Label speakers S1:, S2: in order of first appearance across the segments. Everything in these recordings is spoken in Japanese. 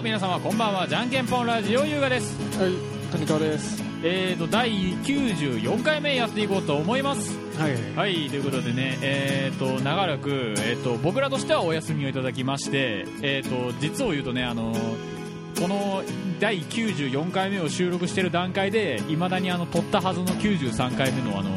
S1: 皆様こんばんはじゃんけんぽんラジオ優雅です
S2: はい、谷川です。
S1: えーと第94回目やっていこうと思います
S2: はい、
S1: はいということでねえーと長らく、えー、と僕らとしてはお休みをいただきましてえーと実を言うとねあのこの第94回目を収録している段階でいまだにあの撮ったはずの93回目のあの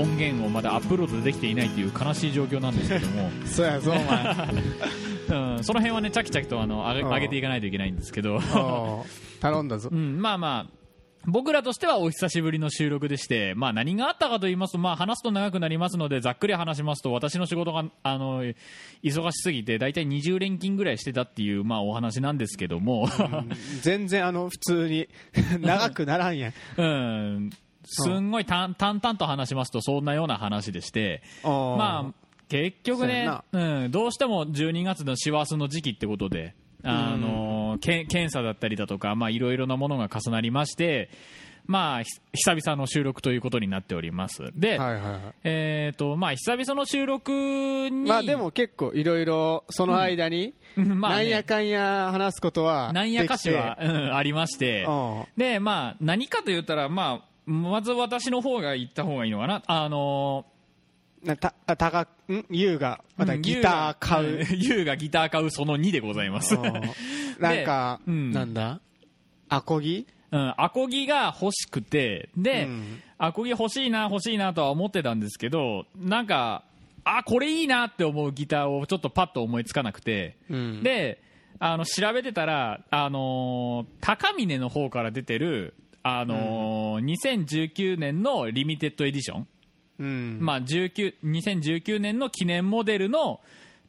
S1: 音源をまだアップロードできていないという悲しい状況なんですけども、
S2: そうやぞ、お前。
S1: うん、その辺はねチャキチャキとあの上げ
S2: うん
S1: 上げていかないといけないんですけど
S2: おう頼んだぞ
S1: う。ん、まあまあ、僕らとしてはお久しぶりの収録でして、まあ何があったかと言いますと、まあ話すと長くなりますので、ざっくり話しますと、私の仕事が、あの、忙しすぎて、だいたい20連勤ぐらいしてたっていう、まあお話なんですけども、
S2: 全然、あの、普通に、 長くならんやん。
S1: うん、すんごい淡淡々と話しますと、そんなような話でして、 まあ
S2: ま
S1: 結局ね、うん、どうしても12月の師走の時期ってことで、あのけ検査だったりだとか、まあ、いろいろなものが重なりまして、まあ、ひ久々の収録ということになっております。で、
S2: はいはいは
S1: えっ、と、まあ、久々の収録
S2: い。
S1: に、
S2: まあでも結構いろいろその間に、
S1: うんまあ
S2: な
S1: ね
S2: んやかんや話すことは
S1: なんやかしは、
S2: で
S1: うん、ありまして
S2: うん、
S1: で、まあ、何かと言ったら、まあ、まず私の方が言った方がいいのかな。あの
S2: きてなたあたかん優雅また
S1: うん
S2: ギター買う、
S1: ん優が ギター買うその2でございます。
S2: うんなんか、
S1: でうん
S2: なんだアコギ
S1: うん、アコギが欲しくてで、
S2: うん
S1: アコギ欲しいな欲しいなとは思ってたんですけどなんかあこれいいなって思うギターをちょっとパッと思いつかなくて、
S2: うん
S1: であの調べてたら、あのー高峰の方から出てる、あのー2019年のリミテッドエディション、
S2: うん
S1: まあ、19 2019年の記念モデルの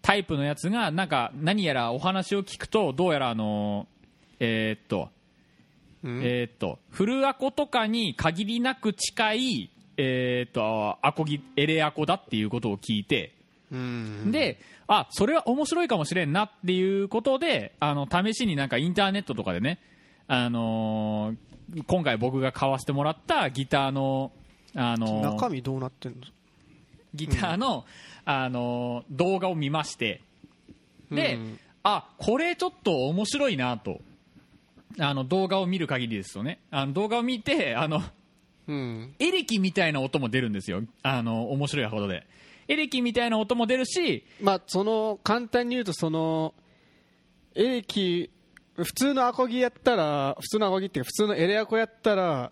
S1: タイプのやつがなんか何やらお話を聞くとどうやらあのーえーっと
S2: うん
S1: えーっとフルアコとかに限りなく近い、えーっとアコギエレアコだっていうことを聞いて、
S2: うん
S1: であそれは面白いかもしれんなっていうことであの試しになんかインターネットとかでね、あのー今回僕が買わせてもらったギターの、あのー
S2: 中身どうなってんの
S1: ギターの,、あのー動画を見ましてで、
S2: うん
S1: あこれちょっと面白いなとあの動画を見る限りですよねあの動画を見てあの
S2: うん
S1: エレキみたいな音も出るんですよあの面白いほどでエレキみたいな音も出るし
S2: まあ、その簡単に言うとそのエレキ普通のアコギやったら普通のアコギっていうか普通のエレアコやったら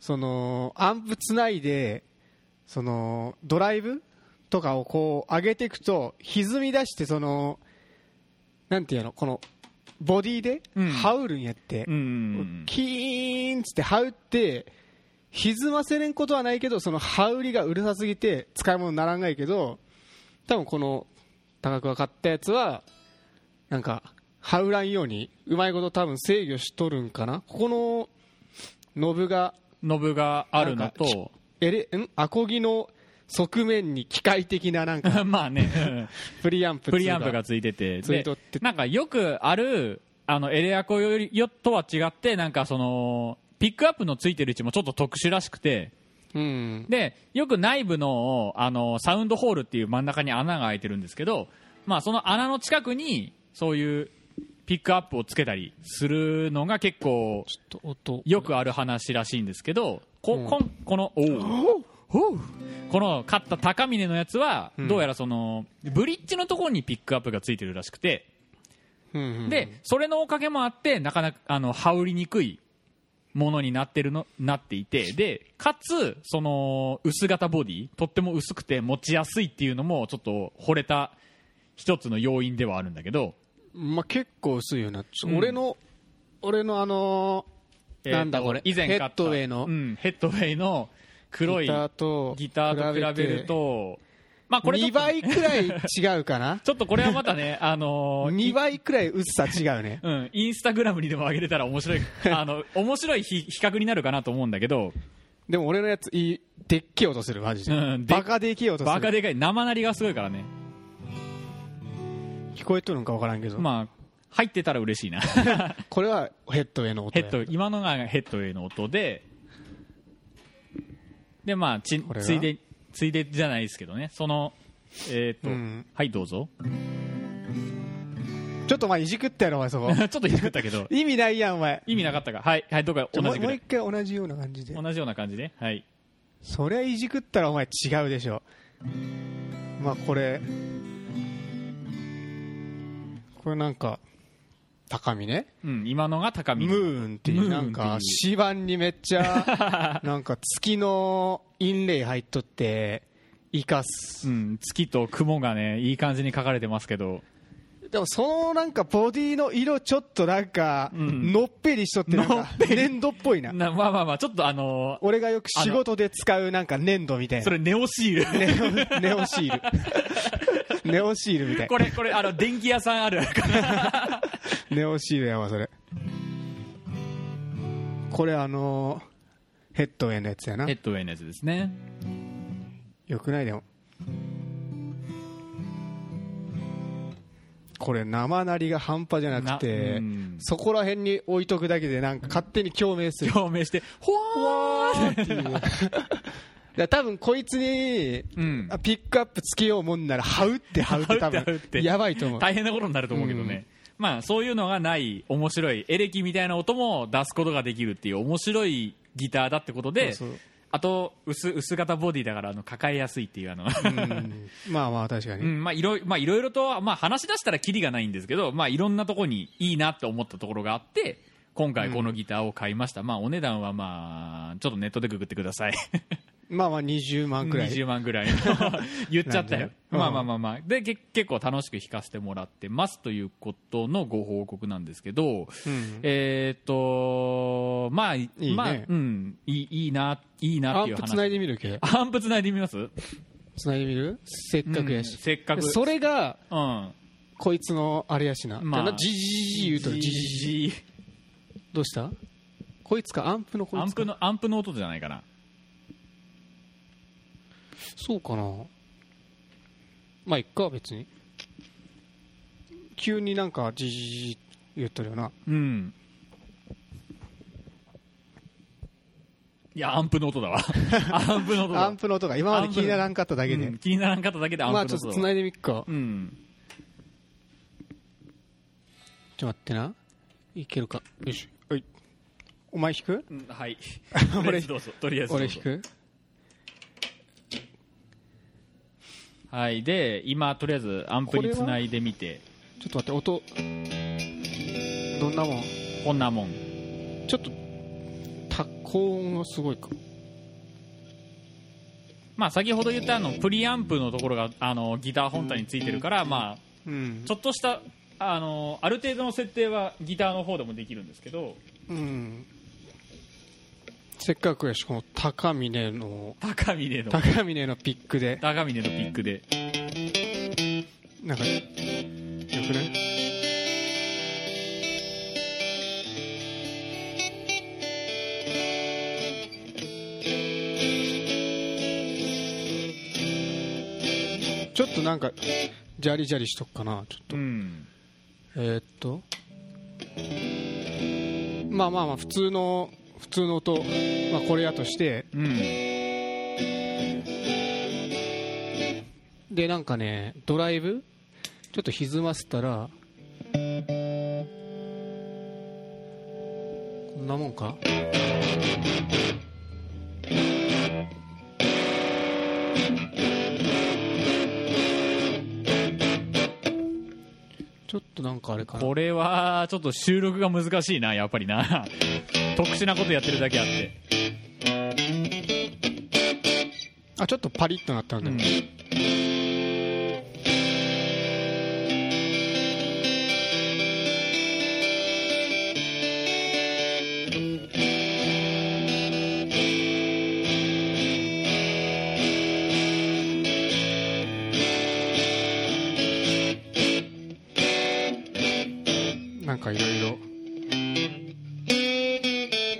S2: そのアンプつないでそのドライブとかをこう上げていくと歪み出してそのなんていうのこのボディで
S1: うん
S2: ハウるんやって、
S1: うん
S2: キーンっつってハウって歪ませれんことはないけどそのハウりがうるさすぎて使い物にならんないけど多分この高くが買ったやつはなんかハウらんようにうまいこと多分制御しとるんかなここのノブが
S1: ノブがあるの
S2: なん
S1: と
S2: エレんアコギの側面に機械的なな んか
S1: まあね
S2: プリアンプ
S1: プリアンプがついてて
S2: つい
S1: で
S2: とって
S1: なんかよくあるあのエレアコよりよとは違ってなんかそのピックアップのついてる位置もちょっと特殊らしくて
S2: うん
S1: でよく内部のあのサウンドホールっていう真ん中に穴が開いてるんですけど、まあ、その穴の近くにそういうピックアップをつけたりするのが結構
S2: ちょっと音
S1: よくある話らしいんですけどこ,、こんこのおうこの買った高峰のやつは
S2: ん
S1: どうやらそのブリッジのところにピックアップがついてるらしくて
S2: うん
S1: でそれのおかげもあってなかなかあの羽織りにくいものになってるのなっていてでかつその薄型ボディとっても薄くて持ちやすいっていうのもちょっと惚れた一つの要因ではあるんだけど
S2: まあ、結構薄いよな、ちょ
S1: うん
S2: 俺の俺のあのー
S1: えーと
S2: なんだこれ
S1: 以前買った
S2: ヘッドウェイの
S1: うん、ヘッドウェイの黒い
S2: ギターと
S1: ギターと比べるとまあこれちょっ
S2: 2
S1: と
S2: 倍くらい違う かな
S1: ちょっとこれはまた ねあのー
S2: 2倍くらい薄さ違うね
S1: うん、インスタグラムにでも上げれたら面 白いあの面白い比比較になるかなと思うんだけど
S2: でも俺のやついいでっけえ音するマジで、
S1: うんで
S2: バカでっけえ音する
S1: バカでかい生鳴りがすごいからね
S2: 聞こえとるんか分からんけど、
S1: まあ入ってたら嬉しい な
S2: これはヘッドウェイの音
S1: ヘ
S2: や
S1: ッド今のがヘッドウェイの音ででまあち
S2: これが
S1: ついでついでじゃないですけどねそのえっ、と、
S2: うん
S1: はいどうぞ
S2: ちちょっとお前いじくったやろお前 そこ
S1: ちょっと低かったけ ど
S2: 意味ないやんお前
S1: 意味なかったかはいはいどうか
S2: ちょ
S1: 同
S2: もう
S1: じ
S2: も
S1: ぐら
S2: う一
S1: い
S2: 回同じような感じで
S1: 同じような感じねはい
S2: そりゃいじくったらお前違うでしょまあこれこれなんか高みね
S1: うん今のが高見
S2: ムーンっていうなん
S1: ムーン
S2: か
S1: っていう
S2: C 版にめっちゃ なんか月のインレイ入っとって生かす
S1: うん、月と雲がねいい感じに書かれてますけど
S2: でもそのなんかボディの色ちょっとなんか
S1: うん
S2: のっぺりしとってなん
S1: のっ
S2: か粘土っぽいな
S1: なまあまあまあちょっとあの
S2: 俺がよく仕事で使うなんか粘土みたい
S1: そ
S2: な
S1: れネオシール
S2: ネオネオシー ルネオシールみたい
S1: これこれあの電気屋さんあ るあるから
S2: ネオシールやわそれこれあのーヘッドウェイのやつやな
S1: ヘッドウェイのやつですね
S2: よくないでもこれ生なりが半端じゃなく
S1: なう
S2: て
S1: ん
S2: そこら辺に置いとくだけでなんか勝手に共鳴する
S1: 共鳴してほわーって
S2: だから多分こいつに
S1: うん
S2: あピックアップつけようもんならはうってはうって多
S1: 這うって這うって
S2: 分やばいと思う
S1: 大変なことになると思うけどね、まあそういうのがない面白いエレキみたいな音も出すことができるっていう面白いギターだってことで
S2: そうそう
S1: あと薄薄型ボディだからあの抱えやすいっていうあの、
S2: うんまあまあ確か
S1: う
S2: に
S1: んまあいろいまあいろいろと、まあ、話し出したらキリがないんですけど、まあ、いろんなとこにいいなって思ったところがあって今回このギターを買いました、まあお値段はまあちょっとネットでググってください
S2: まあまあ20万くらい
S1: 20万ぐらい の言っちゃったよ、
S2: うん
S1: まあまあまあまあでけ結構楽しく弾かせてもらってますということのご報告なんですけど、
S2: うん
S1: えーっとまあ
S2: いね
S1: まあうんいいいいないいな
S2: ア
S1: ってい
S2: ン
S1: う
S2: プ
S1: 話
S2: つないでみるけ
S1: アンプつないでみます
S2: つないでみるせっかくや
S1: うん
S2: し
S1: せっかく
S2: それが
S1: うん
S2: こいつのあれやしな
S1: まあ
S2: なジジジジ言うとるジジジ
S1: じ
S2: どうしたこいつかアンプのこいつ
S1: ア
S2: か
S1: ンプのアンプの音じゃないかな
S2: そうかなまあいっか別に急になんかジジジジ言っとるよな
S1: うんいやアンプの音 だわアンプの音だ
S2: アンプの音が今まで気にならんかっただけ
S1: う
S2: で
S1: ん気にならんかっただけでアンプ
S2: ま
S1: の音
S2: あちょ
S1: だ
S2: っとつないでみっか
S1: うん
S2: ちょっと待ってないけるかよしはいお前弾く
S1: うんはい
S2: 俺
S1: とりあえずどうぞとりあえずどう
S2: 俺
S1: ぞ
S2: 弾く
S1: はいで今とりあえずアンプにつないでみて
S2: ちょっと待って音どんなもん
S1: こんなもん
S2: ちょっとた高音がすごいか
S1: まあ先ほど言ったあのプリアンプのところがあのギター本体についてるからまあ
S2: うん
S1: ちょっとしたあのある程度の設定はギターの方でもできるんですけど
S2: うんせっかくやしこの高峰の
S1: 高峰の
S2: 高峰のピックで
S1: 高峰のピックで
S2: なんかよくないちょっとなんかジャリジャリしとくかなちょっと
S1: うん
S2: えーっとまあまあまあ普通の普通の音、まあ、これやとして
S1: うん
S2: でなんかねドライブちょっと歪ませたらこんなもんかちょっとなんかあれかな
S1: これはちょっと収録が難しいなやっぱりな 特殊なことやってるだけあって
S2: あちょっとパリッとなったんだよ、なんかいろいろ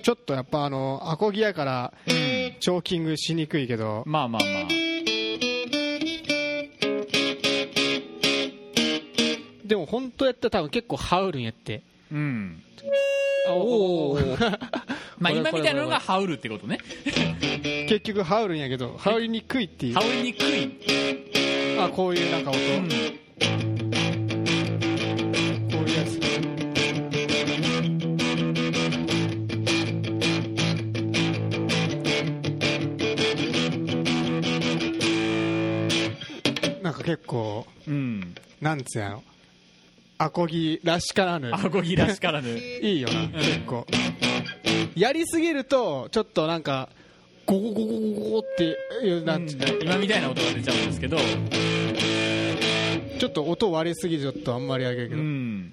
S2: ちょっとやっぱあのアコギやからチョーキングしにくいけど
S1: まあまあまあ
S2: でも本当やったら多分結構ハウルンやって
S1: うん
S2: おお
S1: まあ
S2: これ
S1: 今みたいなのが
S2: こ
S1: 羽織るってことね
S2: 結局ハウルンやけどハウルにくいっていう
S1: 羽織りにくい、
S2: あこういうなんか音、こういうなんか結構
S1: うん
S2: なんつうやのアコギらしからぬ
S1: アコギらしからぬ
S2: いいよな結構やりすぎるとちょっとなんかゴゴゴゴゴゴゴっていうなんつうの
S1: 今みたいな音が出ちゃうんですけど
S2: ちょっと音割りすぎてちょっとあんまりあげるけ
S1: う
S2: ど
S1: ん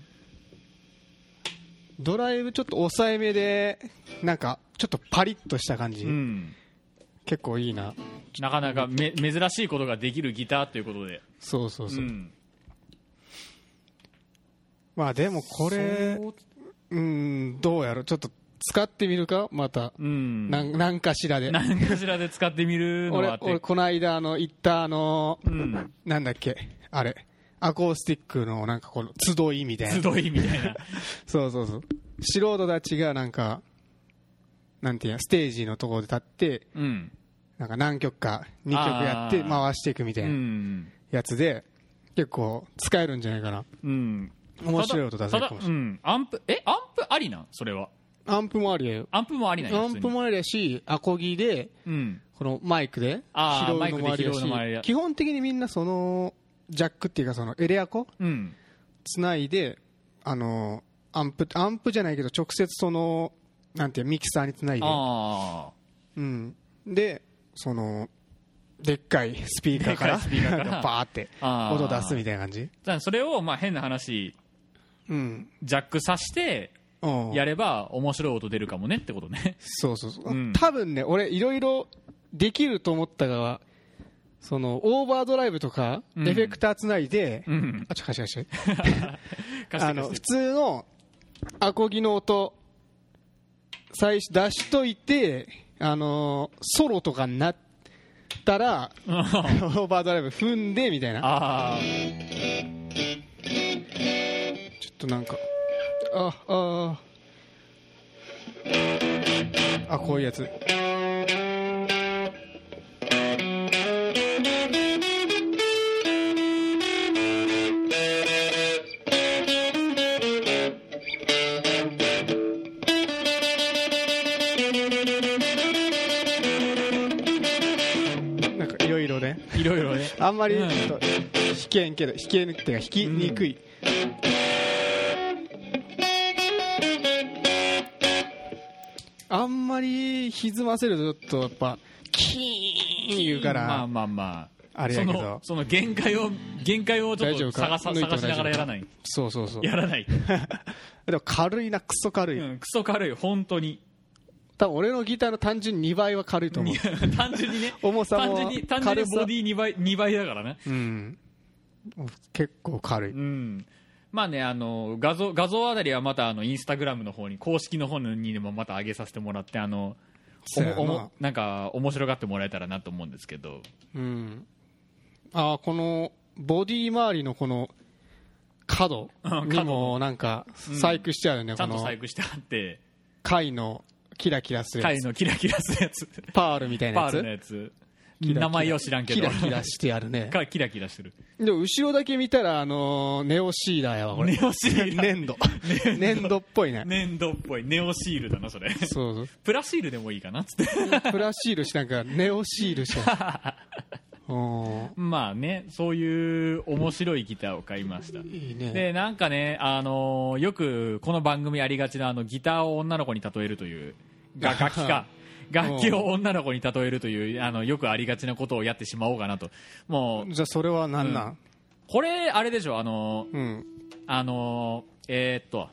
S2: ドライブちょっと抑えめでなんかちょっとパリッとした感じ、
S1: うん
S2: 結構いいな
S1: なかなかめ珍しいことができるギターということで
S2: そうそうそう、
S1: うん
S2: まあでもこれ
S1: そう
S2: うんどうやろうちょっと使ってみるかまた、
S1: うん
S2: なん、なんかしらで
S1: 何かしらで使ってみるのはあ
S2: 俺
S1: って
S2: 俺この間あの行ったあの、
S1: うん
S2: なんだっけあれアコースティックのなんかこの集いみたいな
S1: 集いみた いな
S2: そうそうそう素人たちがなんかなんていうのステージのところで立って
S1: うん
S2: なんか何曲か2曲やって
S1: あー
S2: 回していくみた
S1: う
S2: いなんやつで結構使えるんじゃないかな
S1: うん
S2: 面白い音出せるかもしれ
S1: ない、うん、アンプえアンプありなんそれは
S2: アンプもありやよ
S1: アンプもありなんや
S2: アンプ、もありやしアコギで
S1: 普通にうん、
S2: このマイクで
S1: あー
S2: 拾うのもありや
S1: マイクで拾うのもありや
S2: し基本的にみんなそのジャックっていうかそのエレアコ
S1: うん、
S2: つないであのアンプアンプじゃないけど直接そのなんていうミキサーにつないで、
S1: ああ
S2: うん、でそのでっかいスピーカーから
S1: でっかいスピーカーから
S2: なん バーって
S1: あー
S2: 音出すみたいな感じ
S1: だからそれをまあ変な話
S2: うん
S1: ジャックさして
S2: うん
S1: やれば面白い音出るかもねってこと ね
S2: そうそうそう、
S1: うん
S2: 多分ね俺いろいろできると思ったがそのオーバードライブとか、
S1: うん
S2: エフェクターつないで、
S1: うん
S2: あちょ貸して貸して
S1: 貸して
S2: あの
S1: 貸
S2: 普
S1: して
S2: 通のアコギの音最初出しといてあのーソロとかになったら オ
S1: あ
S2: ーバードライブ踏んでみたいな
S1: あー
S2: ちょっとなんかああーあこういうやつなんかいろいろね
S1: いろいろね
S2: あんまり
S1: うん
S2: ちょっと弾けんけど弾けんっていうか弾きにくい、あんまり歪ませるとちょっとやっぱキーン言うから、
S1: まあまあまあ
S2: あれやけど
S1: そのその限界を限界をちょっ
S2: 大丈
S1: と
S2: 夫
S1: 探
S2: か
S1: さ
S2: 抜いても
S1: 探しながら
S2: 大
S1: や
S2: 丈夫
S1: ら
S2: か
S1: ない
S2: そうそうそう
S1: やらない、
S2: でも軽いなクソ軽い、
S1: うん、クソ軽い本当に
S2: 多分俺のギターの単純2倍は軽いと思う
S1: いや単純にね
S2: 重さも
S1: 単純に単純に
S2: 軽さ
S1: ボディ2倍二倍だからね
S2: うん結構軽い、
S1: うんまあねあの画像画像あたりはまたあのインスタグラムの方に公式の方にでもまた上げさせてもらってあのお
S2: そうやな
S1: もおもなんか面白がってもらえたらなと思うんですけど
S2: うん、あーこのボディ周りのこの角
S1: うん
S2: に
S1: 角の
S2: もなんか細工してあるね、
S1: ちゃん
S2: ことの
S1: 細工してあって
S2: 貝のキラキラするや
S1: 貝
S2: つ
S1: のキラキラするや つ
S2: パールみたいな
S1: パール
S2: やつ
S1: のやつ
S2: キラキラ
S1: 名前を知らんけど
S2: キラキラしてあるね
S1: かキラキラしてる
S2: でも後ろだけ見たらあのーネオシーラーやわこれ
S1: ネオシール
S2: 粘 土粘土っぽいね
S1: 粘土っぽいネオシールだなそれ
S2: そうそう
S1: プラシールでもいいかなっつって
S2: プラシールしなんかネオシールしちゃ うお
S1: まあねそういう面白いギターを買いました
S2: ーいいね
S1: でなんかね、あのーよくこの番組ありがちなあのギターを女の子に例えるという が楽器か楽器を女の子に例えるというあのよくありがちなことをやってしまおうかなともう
S2: じゃあそれは何なん、
S1: これあれでしょあのー
S2: うん
S1: あのーえーっと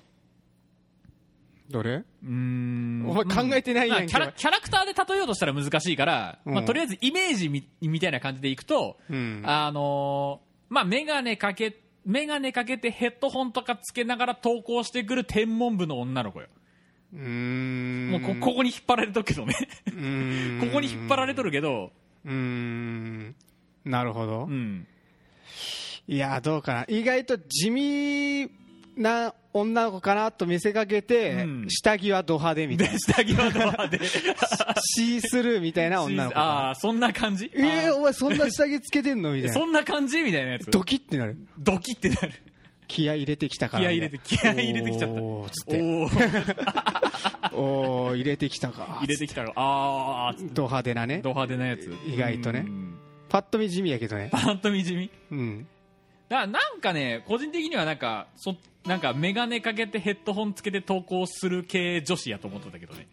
S2: どれ
S1: うーん
S2: お前考えてないや
S1: ま
S2: んけ
S1: あキャラキャラクターで例えようとしたら難しいから、
S2: うん
S1: まあ、とりあえずイメージみみたいな感じでいくと、
S2: うん
S1: あのーまあ、眼鏡かけ眼鏡かけてヘッドホンとかつけながら投稿してくる天文部の女の子よ、
S2: うーん
S1: もうこここに引っ張られとるけどね
S2: うーん
S1: ここに引っ張られとるけど、
S2: うーんなるほど
S1: う、ん、
S2: いやどうかな意外と地味な女の子かなと見せかけて、
S1: うん
S2: 下着はド派手みた
S1: で
S2: いな
S1: 下着はドアで
S2: シースルーみたいな女の子
S1: ああそんな感じ、
S2: え
S1: あー
S2: ー、お前そんな下着つけてんのみたいな
S1: そんな感じみたいなやつ
S2: ドキってなる
S1: ドキってなる
S2: 気合い入れてきたか
S1: 気
S2: ら
S1: 合い
S2: み
S1: 入
S2: た
S1: れ
S2: い
S1: て気合い
S2: な
S1: 入れてきちゃった
S2: おーつって
S1: おー
S2: おー入れてきたか
S1: 入れてきたらああ
S2: ド派手なね
S1: ド派手なやつ
S2: 意外とね
S1: うん
S2: パッと見地味やけどね
S1: パッと見地味
S2: うん
S1: だからなんかね個人的にはなんかそなんか眼鏡かけてヘッドホンつけて投稿する系女子やと思ってたけど ね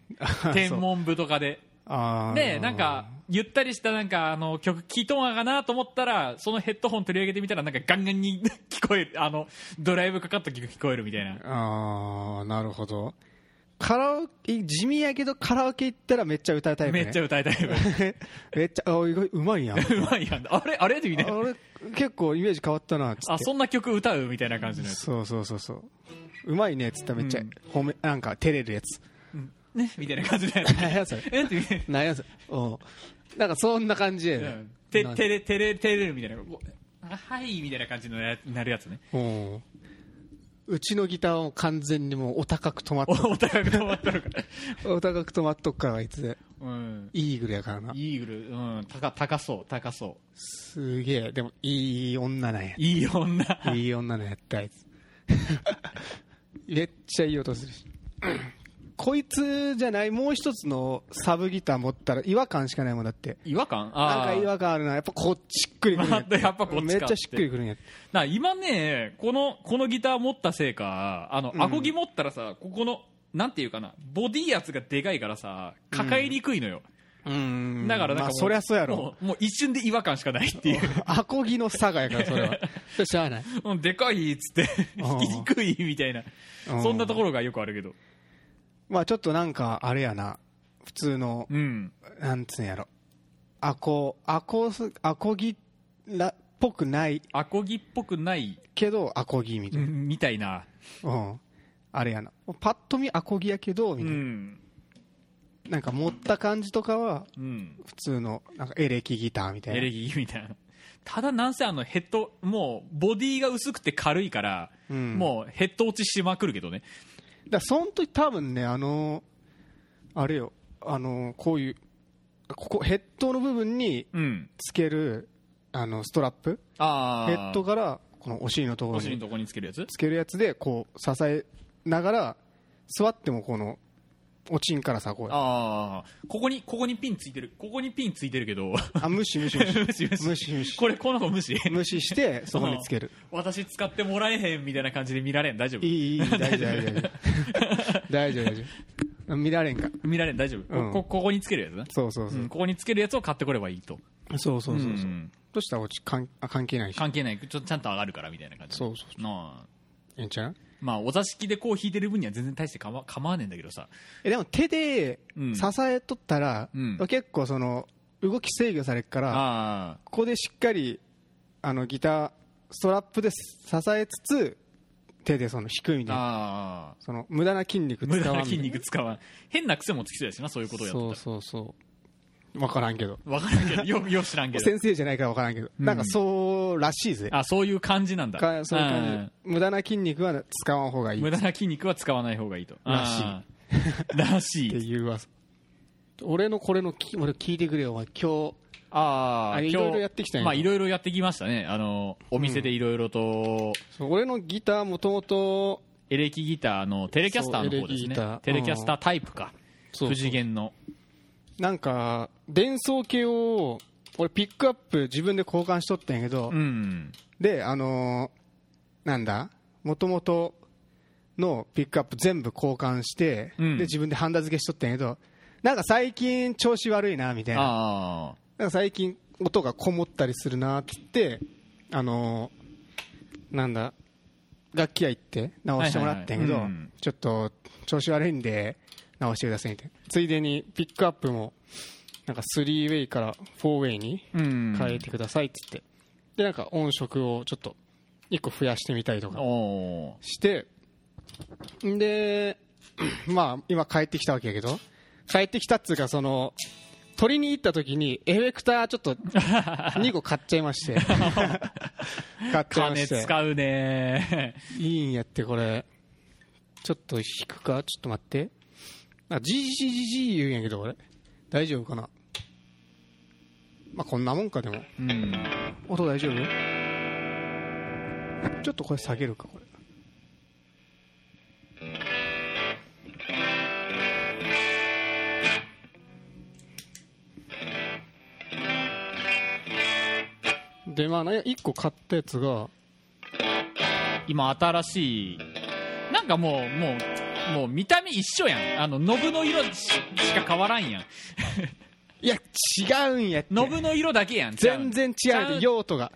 S1: 天
S2: そう
S1: 文部とかで
S2: あー
S1: でなんかゆったりしたなんかあの曲聴いとんやかなと思ったらそのヘッドホン取り上げてみたらなんかガンガンに 聞こえるあのドライブかかった曲聞こえるみたいな
S2: ああなるほどカラオケ地味やけどカラオケ行ったらめっちゃ歌うタイプ、
S1: め
S2: ね、
S1: っちゃ歌いたい
S2: めっちゃあ意外うまいやんあ
S1: うまいやんあれあれみたいな
S2: れ結構イメージ変わったなっつって
S1: あそんな曲歌うみたいな感じのやつ
S2: そうそうそうそううまいねっつったらめっちゃ
S1: うん
S2: 褒め、なんか照れるやつ
S1: ねみたいな感じのやつ
S2: 何やそれ
S1: えってみたい
S2: 何やそれおうなんかそんな感じや
S1: な
S2: ね
S1: うんて
S2: なん
S1: てれてれてれるみたいなこうあはいみたいな感じのやなるやつね
S2: おううちのギターはもう完全にもうお高く止まっと
S1: おお互いが止まったのか
S2: お高く止まっとくからあいつ
S1: うん
S2: イーグルやからな
S1: イーグルうん高高そう高そ
S2: すげえでもいい女なんや
S1: ういい女
S2: いい女のやったあいつめっちゃいい音するしこいつじゃないもう一つのサブギター持ったら違和感しかないもんだって
S1: 違和感あー
S2: なんか違和感あるなやっぱこっちしっくりくるんや
S1: まあやっぱこっちか
S2: めっちゃしっくりくるんや
S1: な今ねこのこのギター持ったせいかあの、
S2: うん
S1: アコギ持ったらさここのなんていうかなボディ圧がでかいからさ抱えにくいのよ、
S2: うん
S1: だからなんかもう、
S2: まあ、そりゃそうやろ
S1: もうもう一瞬で違和感しかないっていう
S2: アコギの差がやからそれはそ れしゃあない
S1: うんでかいっつって
S2: あー
S1: 弾きにくいみたいな
S2: うん
S1: そんなところがよくあるけど
S2: まあちょっとなんかあれやな普通の
S1: うん
S2: なんつうんやろアコアコスアコギらっぽくない
S1: アコギっぽくない
S2: けどアコギみたいな
S1: うんみたいな
S2: うん、あれやなパッと見アコギやけどみ
S1: う
S2: たいな,、
S1: ん
S2: なんか持った感じとかは
S1: うん
S2: 普通のなんかエレキギターみたいな
S1: エレキみたいなただなんせあのヘッドもうボディが薄くて軽いから、
S2: うん
S1: もうヘッド落ちしまくるけどね
S2: だからその時多分ねあのあれよあのこういうここヘッドの部分に
S1: うん
S2: つけるあのストラップ
S1: ああ
S2: ヘッドからこのお尻のとこ
S1: お
S2: ろ
S1: 尻
S2: に
S1: のとこにつけるやつ
S2: つけるやつでこう支えながら座ってもこのおちんからさこう
S1: ああここにここにピンついてるここにピンついてるけど
S2: あ無視無視無視
S1: 無視無視
S2: 無視無視
S1: これこの子無視
S2: 無視してそこにつける
S1: 私使ってもらえへんみたいな感じで見られん大丈夫
S2: いいいい 大丈夫大丈夫大丈夫大丈夫見られんか
S1: 見られん大丈夫、
S2: うん
S1: ここここにつけるやつな、
S2: そうそう
S1: う
S2: そう、
S1: んここにつけるやつを買ってこればいいと
S2: そうそうそうそう、
S1: ん
S2: どうしたら落ち関あ関係ないし
S1: 関係ないちょちゃんと上がるからみたいな感じ
S2: そうそう
S1: なあ
S2: ええんちゃう
S1: まあお座敷でこう弾いてる分には全然大してかま構わねえんだけどさ
S2: えでも手で
S1: うん
S2: 支えとったら、
S1: うん
S2: 結構その動き制御されるから
S1: あ
S2: ここでしっかりあのギターストラップで支えつつ手でその低いみ
S1: ー
S2: たい
S1: あ
S2: な
S1: ー
S2: その無駄な筋肉使
S1: 無
S2: わんみた
S1: 駄
S2: いな
S1: な筋肉使わん変な癖もつきそうやしなそういうことをやったら
S2: そうそうそう分からんけど
S1: わからんけどよくよく知 らんけど
S2: 先生じゃないから分からんけど、
S1: うん
S2: なんかそうらしいぜ
S1: あそういう感じなんだ
S2: かそういう感じ無駄な筋肉は使わん方がい
S1: うん
S2: い
S1: 無
S2: っ
S1: 駄な筋肉は使わない方がいいと
S2: らしい
S1: あー らしてい
S2: いう噂俺のこれのき俺聞いてくれよお前今日
S1: ああ
S2: あいろいろやってきたんや
S1: まあいろいろやってきましたねあのお店でいろいろと
S2: そう俺のギターもともと
S1: エレキギターのテレキャスターの方です
S2: そうエレキギ
S1: ね
S2: ター
S1: テレキャスタータイプか
S2: そうそう
S1: 不次元の
S2: なんか伝送系を俺ピックアップ自分で交換しとったんやけど、
S1: うん
S2: であのーなんだもともとのピックアップ全部交換して、
S1: うん
S2: で自分でハンダ付けしとったんやけどなんか最近調子悪いなみたいな
S1: ああ
S2: なんか最近音がこもったりするなっつってあのーなんだ楽器屋行って直してもらったんやけど、
S1: はいはいはいうん
S2: ちょっと調子悪いんで直してくださいみたいなついでにピックアップもなんか3ウェイから4ウェイに
S1: うん
S2: 変えてくださいっつって、でなんか音色をちょっと1個増やしてみたりとか
S1: おー
S2: してんで まあ今帰ってきたわけやけど帰ってきたっつうかその取りに行った時にエフェクターちょ っと2個買っちゃいまして買っちゃいま
S1: 金
S2: して
S1: 使うね
S2: いいんやってこれちょっと弾くかちょっと待ってあ GGGG 言うんやけどこれ大丈夫かなまあこんなもんかでも
S1: うん
S2: 音大丈夫ちょっとこれ下げるかこれでまあね1個買ったやつが
S1: 今新しいなんかもうもうもう見た目一緒やんあのノブの色ししか変わらんやん
S2: いや違うんやって
S1: ノブの色だけやんちゃう
S2: 全然違うって用途が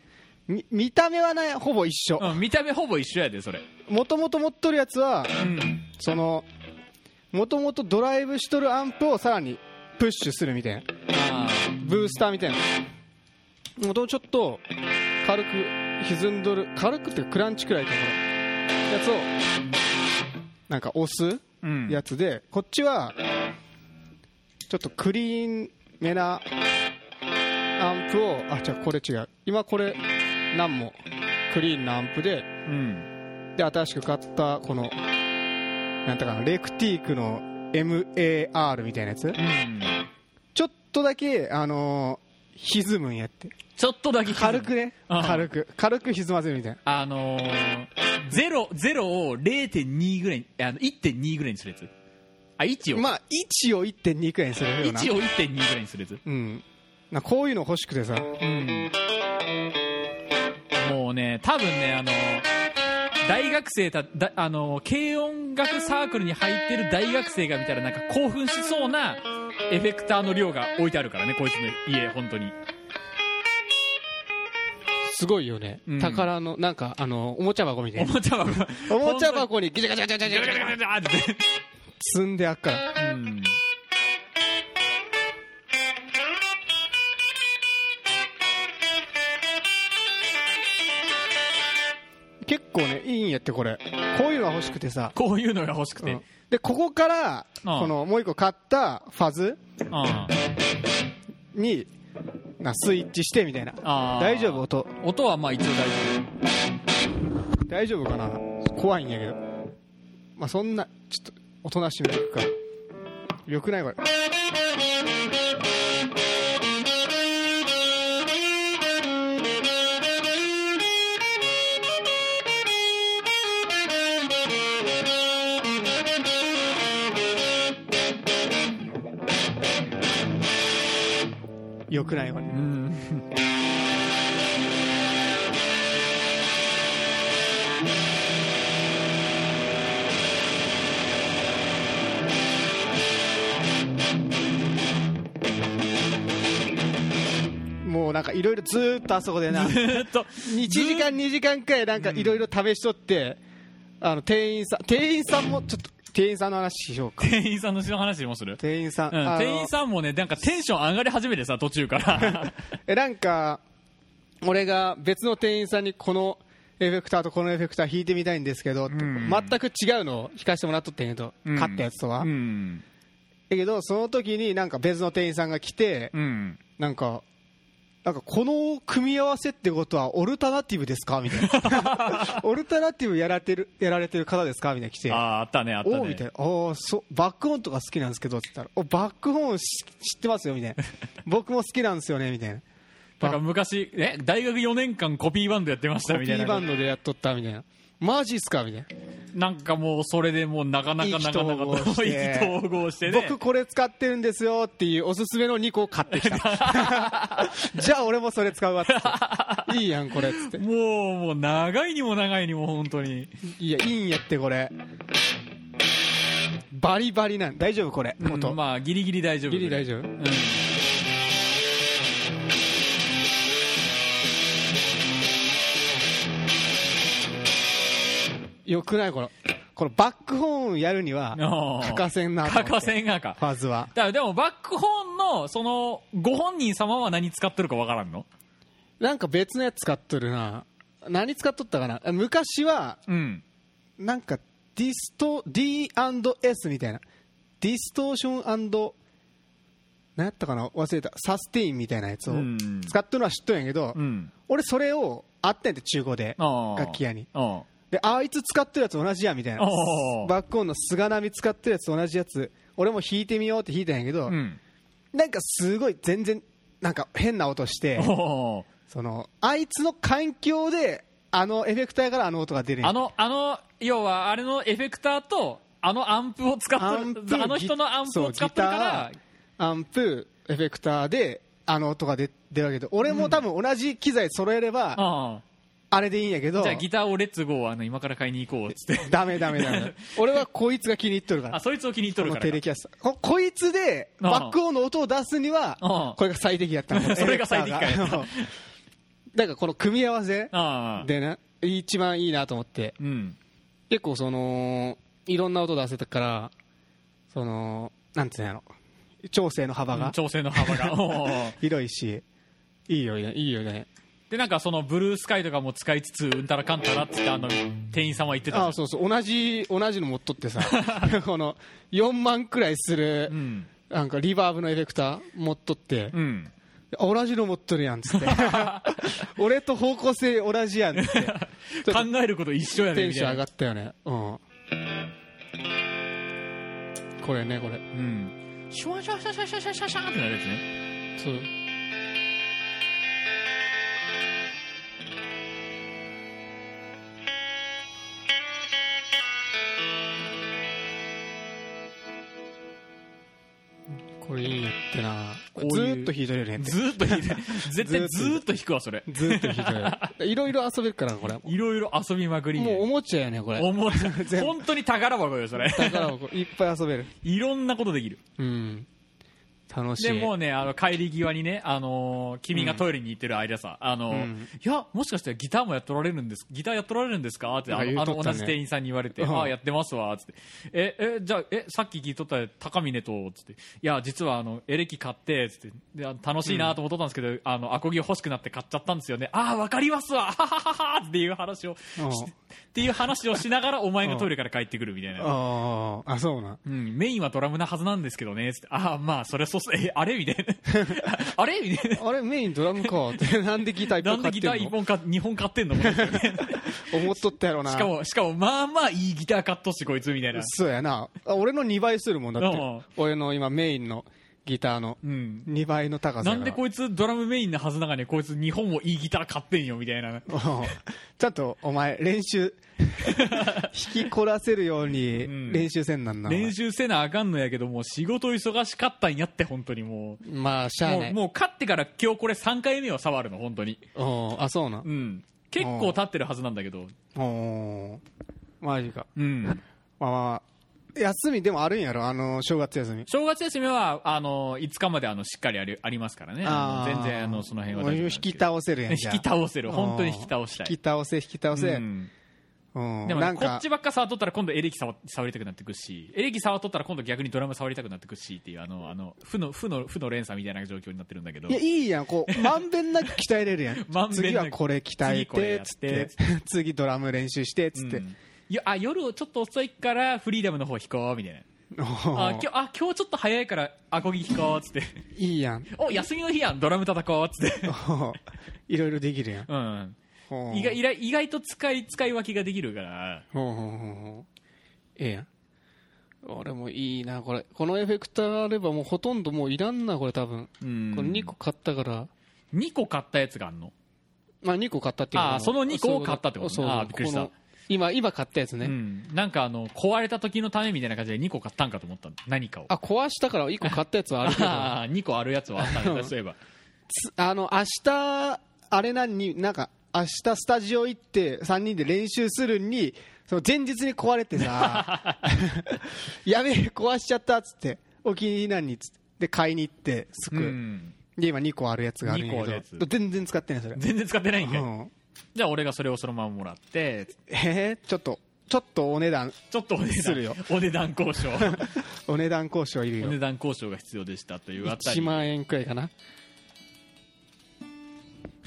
S2: み見た目はねほぼ一緒
S1: うん見た目ほぼ一緒やでそれ
S2: もともと持っとるやつは
S1: うん
S2: そのもともとドライブしとるアンプをさらにプッシュするみたいな
S1: あ
S2: ブースターみたいなもともとちょっと軽く歪んどる軽くっていうかクランチくらいかこれやつをなんか押す
S1: ーうん
S2: やつで、こっちはちょっとクリーンめなアンプをあじゃこれ違う今これ何もクリーンなアンプ
S1: う
S2: で
S1: ん
S2: で新しく買ったこのなんていうかなレクティークの MAR みたいなやつ
S1: うん
S2: ちょっとだけあのー歪むんやって
S1: ちょっとだけ
S2: 軽くね
S1: ああ
S2: 軽く軽く歪ませるみたいな
S1: あのー、ゼロゼロを0.2ぐらいにあの1.2ぐらいにするやつあ1を、
S2: まあ1を1.2くらいにするような
S1: 1を1.2ぐらいにするやつ
S2: うんなこういうの欲しくてさ
S1: うんもうね多分ねあの大学生ただあの軽音楽サークルに入ってる大学生が見たらなんか興奮しそうなエフェクターの量が置いてあるからねこいつの家本当に
S2: すごいよね、
S1: うん
S2: 宝のなんかあのおもちゃ箱みた
S1: お
S2: いな
S1: もちゃ箱
S2: おもちゃ
S1: 本
S2: 箱にギチャガチャガチャガ
S1: 当
S2: チ
S1: にガ
S2: ャガ
S1: チ
S2: チ
S1: ャ
S2: ャ
S1: ガチャガチャガチャって
S2: 積んであっから
S1: うん
S2: 結構ねいいんやってこれこういうのが欲しくてさ、
S1: こういうのが欲しくて、
S2: うんでここから
S1: ああ
S2: このもう一個買ったファズ
S1: あ
S2: になスイッチしてみたいな
S1: あー
S2: 大丈夫音
S1: 音はまあ一応大丈
S2: 大丈夫かな怖いんやけどまあそんなちょっとおとなしめにいくかよくないこれよくないこれ
S1: 夫うん
S2: もうなんかいろいろずーっとあそこでな
S1: ずっと
S2: 1時間2時間くらいなんかいろいろ試しとって、あの店員さん店員さんもちょっと店員さんの話しようか
S1: 店員さんの後ろの話もする
S2: 店員さん、
S1: うん
S2: あの
S1: 店員さんもねなんかテンション上がり始めてさ途中から
S2: えなんか俺が別の店員さんにこのエフェクターとこのエフェクター弾いてみたいんですけどって、
S1: ん
S2: 全く違うのを弾かせてもらっとってんけど、
S1: うん
S2: 買ったやつとは、
S1: う
S2: だ
S1: ん
S2: けどその時になんか別の店員さんが来て、
S1: うん
S2: なんかなんかこの組み合わせってことはオルタナティブですかみたい なオルタナティブやられてるやられてる方ですかみたいな来て
S1: あああったねあったね
S2: おみたいなおーそうバックホーンとか好きなんですけどって言ったらおバックホーンし知ってますよみたい な僕も好きなんですよねみたいな
S1: なんか昔え大学4年間コピーバンドやってまし
S2: コ
S1: た
S2: ピ
S1: みたい
S2: ーバン
S1: な
S2: ドでやっとったみたいなマジっすかみたい
S1: なんかもうそれでもうなかなかなかなかと
S2: 意気投合して
S1: 意気投合して
S2: な、
S1: ね
S2: 僕これ使ってるんですよっていうおすすめの2個を買ってきた じゃあ俺もそれ使うわっつっていいやんこれっつって
S1: もうもう長いにも長いにも本当に
S2: いやいいんやってこれバリバリなん大丈夫これ音、
S1: うんまあギリギリ大丈夫
S2: ギリ大丈
S1: う
S2: 夫
S1: ん
S2: よくないこのこのバックホーンやるには
S1: あー
S2: 欠かせんなと思っ
S1: 欠
S2: て
S1: かせんがか
S2: ファズは
S1: だからでもバックホーンのそのご本人様は何使ってるかわからんの
S2: なんか別のやつ使っとるな何使っとったかな昔は
S1: うん
S2: なんかディスト D&S みたいなディストーション何やったかな忘れたサステインみたいなやつを
S1: うん
S2: 使っとるのは知っとんやけど、
S1: うん
S2: 俺それをあったんやて中古で
S1: あー
S2: 楽器屋に
S1: あ
S2: であいつ使ってるやつ同じやみたいな
S1: おー
S2: バックオンの菅波使ってるやつ同じやつ俺も弾いてみようって弾いたんやけど、
S1: あうん
S2: なんかすごい全然なんか変な 音して
S1: おー
S2: そのあいつの環境であのエフェクターからあの音が出るんや
S1: あのあの要はあれのエフェクターとあのアンプを使ってるあの人のアンプを使ってるから
S2: ギターアンプエフェクターであの音が出出るわけで俺も多分同じ機材揃えれば、
S1: あ
S2: あれでいいんやけ
S1: あ
S2: ど
S1: じゃあギターをレッツゴーあの今から買いに行こうっつって
S2: ダメダメダ メ俺はこいつが気に入っとるから
S1: あそいつを気に入っとる
S2: この
S1: か
S2: テレ
S1: ら
S2: キャスターここいつで
S1: ああ
S2: バック音の音を出すには
S1: ああ
S2: これが最適やった の
S1: それが最適解やった
S2: だからこの組み合わせ
S1: ああ
S2: でね一番いいなと思って
S1: うん
S2: 結構そのいろんな音出せたからそのなんつうんやろ調整の幅が
S1: 調整の幅 がおうおう
S2: 広いしいいよねいいよね
S1: でなんかそのブルースカイとかも使いつつうんたらかんたらっつってあの店員さんは言ってたじゃん
S2: ああそうそう同じ同じの持っとって さこの4万くらいする
S1: うん
S2: なんかリバーブのエフェクター持っとって
S1: うん
S2: 同じの持っとるやんっ つって俺と方向性同じやんっ つってちょっ
S1: 考えること一緒や
S2: と
S1: ね
S2: テ
S1: み
S2: ンシ
S1: たい
S2: ョン
S1: な
S2: 上がったよねうんこれねこれ
S1: うんシュワシュワシュワシュワシュワシュワシュワってなるやつね
S2: そうこれいいんやってな
S1: こういう
S2: ずーっと弾いとれるやん
S1: ずーっと弾いて絶対ずーっと弾くわそれ
S2: ずーっと弾いとれるいろいろ遊べるからこれも
S1: いろいろ遊びまくり
S2: うお
S1: ね
S2: もちゃやねこれ
S1: おもちゃ
S2: 全部
S1: 本当に宝箱よそれ
S2: だからこれいっぱい遊べる
S1: いろんなことできる
S2: うん楽しい
S1: でもうねあの帰り際にね、あのー君がトイレに行ってる間さ、あのー
S2: うん
S1: いやもしかしたらギターもやっとられるんですギターやっとられるんですかってあ
S2: あ言
S1: のあ
S2: うと
S1: の
S2: ったね
S1: 同じ店員さんに言われて、
S2: うん
S1: ああやってますわつってええじゃあえさっき聞いとった高峰とつっていや実はあのエレキ買ってつってであの楽しいなと思っとったんですけど、あのアコギ欲しくなって買っちゃったんですよねああわかりますわははははっていう話をし
S2: うん
S1: っていう話をしながらお前がトイレから帰ってくるみたいな。
S2: あーあそうなん
S1: うん、メインはドラムなはずなんですけどね、つって、ああ、まあ、それそうっす、え、あれみたい な。あれみたいな。
S2: あれメインドラムかってなんでギター一
S1: な
S2: 本
S1: ん
S2: 買
S1: で
S2: って
S1: ギ
S2: んの
S1: ター1本か、2本買ってんのみたいな
S2: 思っとったやろな
S1: しかも、しかも、まあまあいいギター買っとし、こいつ、みたいな。
S2: そうやなあ俺の2倍するもんだっ
S1: うん
S2: て俺の今メインのギターの
S1: うん。
S2: 2倍の高さ
S1: な
S2: や
S1: ん
S2: から
S1: でこいつドラムメインなはずながらね、こいつ2本もいいギター買ってんよ、みたいな。
S2: うん ちゃんとお前 練習引きこらせるように
S1: ん
S2: 練習せんなんな、
S1: 練習せなあかんのやけど、もう仕事忙しかったんやって、本当にもう。
S2: まあしゃあ
S1: も
S2: な
S1: う、
S2: い
S1: もう勝ってから今日これ3回目を触るの、本当に。
S2: うんあそうなん
S1: うん。結構立ってるはずなんだけど。
S2: うんマジか
S1: うん。
S2: まあまあまあ休みでもあるんやろあの正月休み
S1: 正月休みはあの5日まであのしっかりありありますからね、
S2: あー
S1: 全然あのその辺は
S2: もう
S1: 大丈夫なん
S2: 引
S1: ですけ
S2: き
S1: ど
S2: 倒せるやんじゃあ
S1: 引き倒せる、本当に引き倒したい。
S2: 引き倒せ引き倒せ、う
S1: うんんでもね、
S2: なん
S1: こ
S2: か
S1: っちばっか触っとったら、今度エレキ触触りたくなってくるし、エレキ触っとったら、今度逆にドラム触りたくなってくるしっていう、あのあの負の負の負の連鎖みたいな状況になってるんだけど。
S2: い、や、いいやん。こう、まんべんなく鍛えれるやん
S1: まんべんなく
S2: 次はこれ鍛え
S1: 次これ
S2: て
S1: や、っ
S2: つってて。 次ドラム練習して、つっ
S1: う
S2: て。
S1: んよあ夜、ちょっと遅いから、フリーダムの方弾こうみたいな、
S2: おー
S1: あ今日あ今日ちょっと早いから、アコギ弾こうっつって、
S2: いいやん。
S1: お休みの日やん、ドラム叩こうっつって。
S2: おーいろいろできるやん。
S1: うん
S2: おー
S1: 意外意外意外と使い使い分けができるから
S2: ほうほうほうほうええやん。俺もいいな、これ。このエフェクターがあればもうほとんどもういらんな、これ多分。
S1: うん
S2: この2個買ったから。
S1: 2個買ったやつがあんの
S2: まあ2個買ったっていう
S1: あーその二個を買ったってことね
S2: そう
S1: あーびっくりした
S2: この今、今買ったやつ
S1: う
S2: ね。
S1: ん、なんかあの壊れた時のためみたいな感じで2個買ったんかと思った何かを
S2: あ、壊したから1個買ったやつはあるけど。
S1: あ2個あるやつはあったんだそういえば
S2: つあの明日あれなんになんか明日スタジオ行って3人で練習するにその前日に壊れてさ やべえ壊しちゃったっつってお気に入りなんにっつってで買いに行ってす
S1: う
S2: ぐ、
S1: ん
S2: で今2個あるやつがあるんや
S1: 二個あるや
S2: け
S1: つ
S2: ど全然使ってないそれ、
S1: 全然使ってないん
S2: う
S1: かい、
S2: ん、
S1: じゃあ俺がそれをそのままもらって
S2: えー、ちょっとちょっとお値段
S1: ちょっとお値
S2: する
S1: 段
S2: よ
S1: お値段交渉
S2: お値段交渉いる
S1: お値
S2: よ
S1: 段交渉が必要でしたというあたり
S2: 1万円くらいかな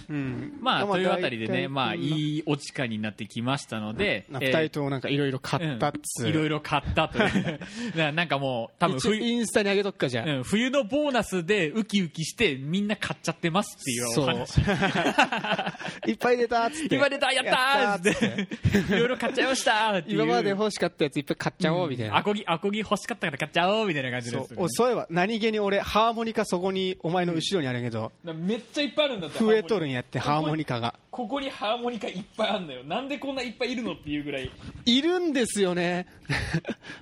S2: うん
S1: まあというあたりでねまあ
S2: い
S1: いいお時間になってきましたのでえー
S2: 2人ともなんかいろいろ買ったっつう、
S1: うんいろいろ買ったという ななんかもう多分
S2: 一応
S1: 冬
S2: インスタに上げとくかじゃあ、
S1: うん、冬のボーナスでウキウキしてみんな買っちゃってますっていうお話
S2: そう いっぱい出たっつって
S1: 今出たやったーっ
S2: やったーっつって
S1: つっていろいろ買っちゃいましたーっていう
S2: 今まで欲しかったやついっぱい買っちゃおうみたいな、
S1: アコギアコギ欲しかったから買っちゃおうみたいな感じ
S2: そ
S1: で
S2: う
S1: す
S2: おそういえば何気に俺ハーモニカそこにお前の後ろにあるんやけど、
S1: めっちゃいっぱいあるんだって
S2: 増えとるんやってハーモニカが
S1: ここにハーモニカいっぱいあるんだよなんでこんないっぱいいるのっていうぐらい
S2: いるんですよね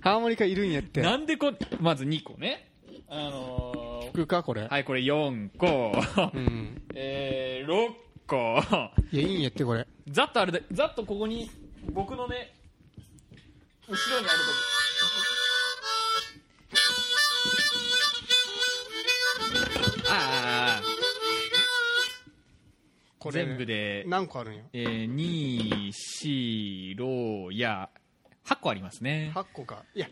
S2: ハーモニカいるんやって
S1: なんでこまず2個ねあの
S2: 聞くかこれ、
S1: ーはいこれ4個、
S2: うん
S1: えー、6個
S2: いやいいんやってこれ
S1: ざっとあれでざっとここに僕のね後ろにあるとこあーあーあー
S2: これ
S1: 全部で
S2: 何個あるんや
S1: えー、2、4、6や8個ありますね。
S2: 8個か いや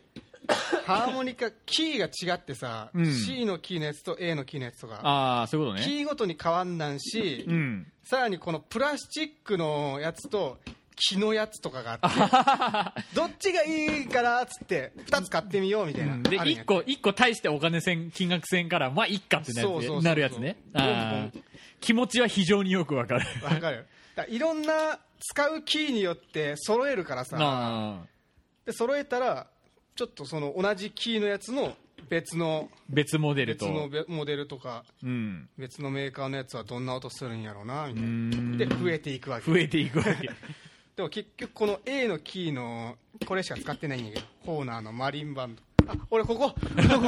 S2: ハーモニカキーが違ってさ、
S1: うん
S2: C のキーのやつと A のキーのやつとか、
S1: ああ、そういうこと
S2: キ
S1: ね。
S2: ーごとに変わんなんし、
S1: うん。
S2: さらにこのプラスチックのやつと木のやつとかがあって どっちがいいかなっつって2つ買ってみようみたいな、
S1: で、
S2: あるんや
S1: 1個、一個対してお金線、金額線から、まあ、いっかってなる
S2: そう
S1: や
S2: そ
S1: つね
S2: うそうそう
S1: なるやつね。あー気持ちは非常によくわかる。
S2: わかるだからいろんな使うキーによって揃えるか らさ
S1: あー
S2: で揃えたらちょっとその同じキーのやつの別の
S1: 別モデル
S2: 別
S1: と。
S2: のべモデルとか
S1: うん。
S2: 別のメーカーのやつはどんな音するんやろうなみ
S1: う
S2: たいな
S1: ー
S2: で
S1: ん
S2: 増えていくわけ
S1: 増えていくわけ。
S2: でも結局この A のキーのこれしか使ってないんだけどコーナーのマリンバンドあ俺ここここ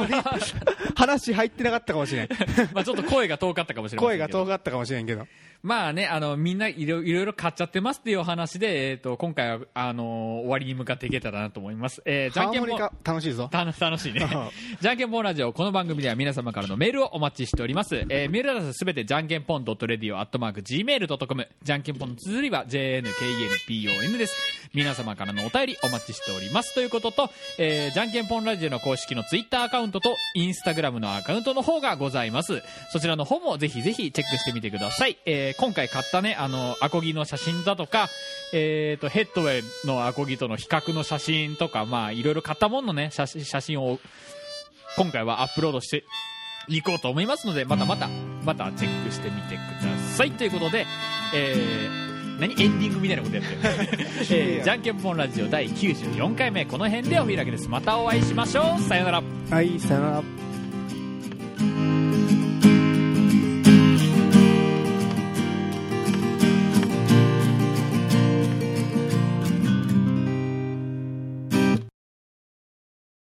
S2: に 話入ってなかったかもしれない
S1: まあ、ちょっと声が遠かったかもしれませ
S2: 声
S1: んけ
S2: が
S1: ど。
S2: 遠かったかもしれんけど
S1: まあね、あの、みんないろいろいろ買っちゃってますっていうお話で、えっ、と、今回は、あの終わりに向かっていけたらなと思います。えー、じ
S2: ハ
S1: ゃん
S2: ー
S1: けん
S2: モニ
S1: ぽん
S2: カ楽しいぞ
S1: た楽しいねじゃんけんぽんラジオこの番組では皆様からのメールをお待ちしております、えーメールアドレスすべてじゃんけんぽん .radio.gmail.com じゃんけんぽんの綴りは jnknpon です皆様からのお便りお待ちしておりますということと、えーじゃんけんぽんラジオの公式のツイッターアカウントとインスタグラムのアカウントの方がございますそちらの方もぜひぜひチェックしてみてください、えー今回買ったねあのアコギの写真だとかえー、とヘッドウェイのアコギとの比較の写真とか、まあ、いろいろ買ったものの、ね、写真写真を今回はアップロードしていこうと思いますのでまたまたまたチェックしてみてくださいということで、えー何エンディングみたいなことやってる、 えーじゃんけんぽんラジオ第94回目この辺でお開きですまたお会いしましょうさよなら
S2: はいさよなら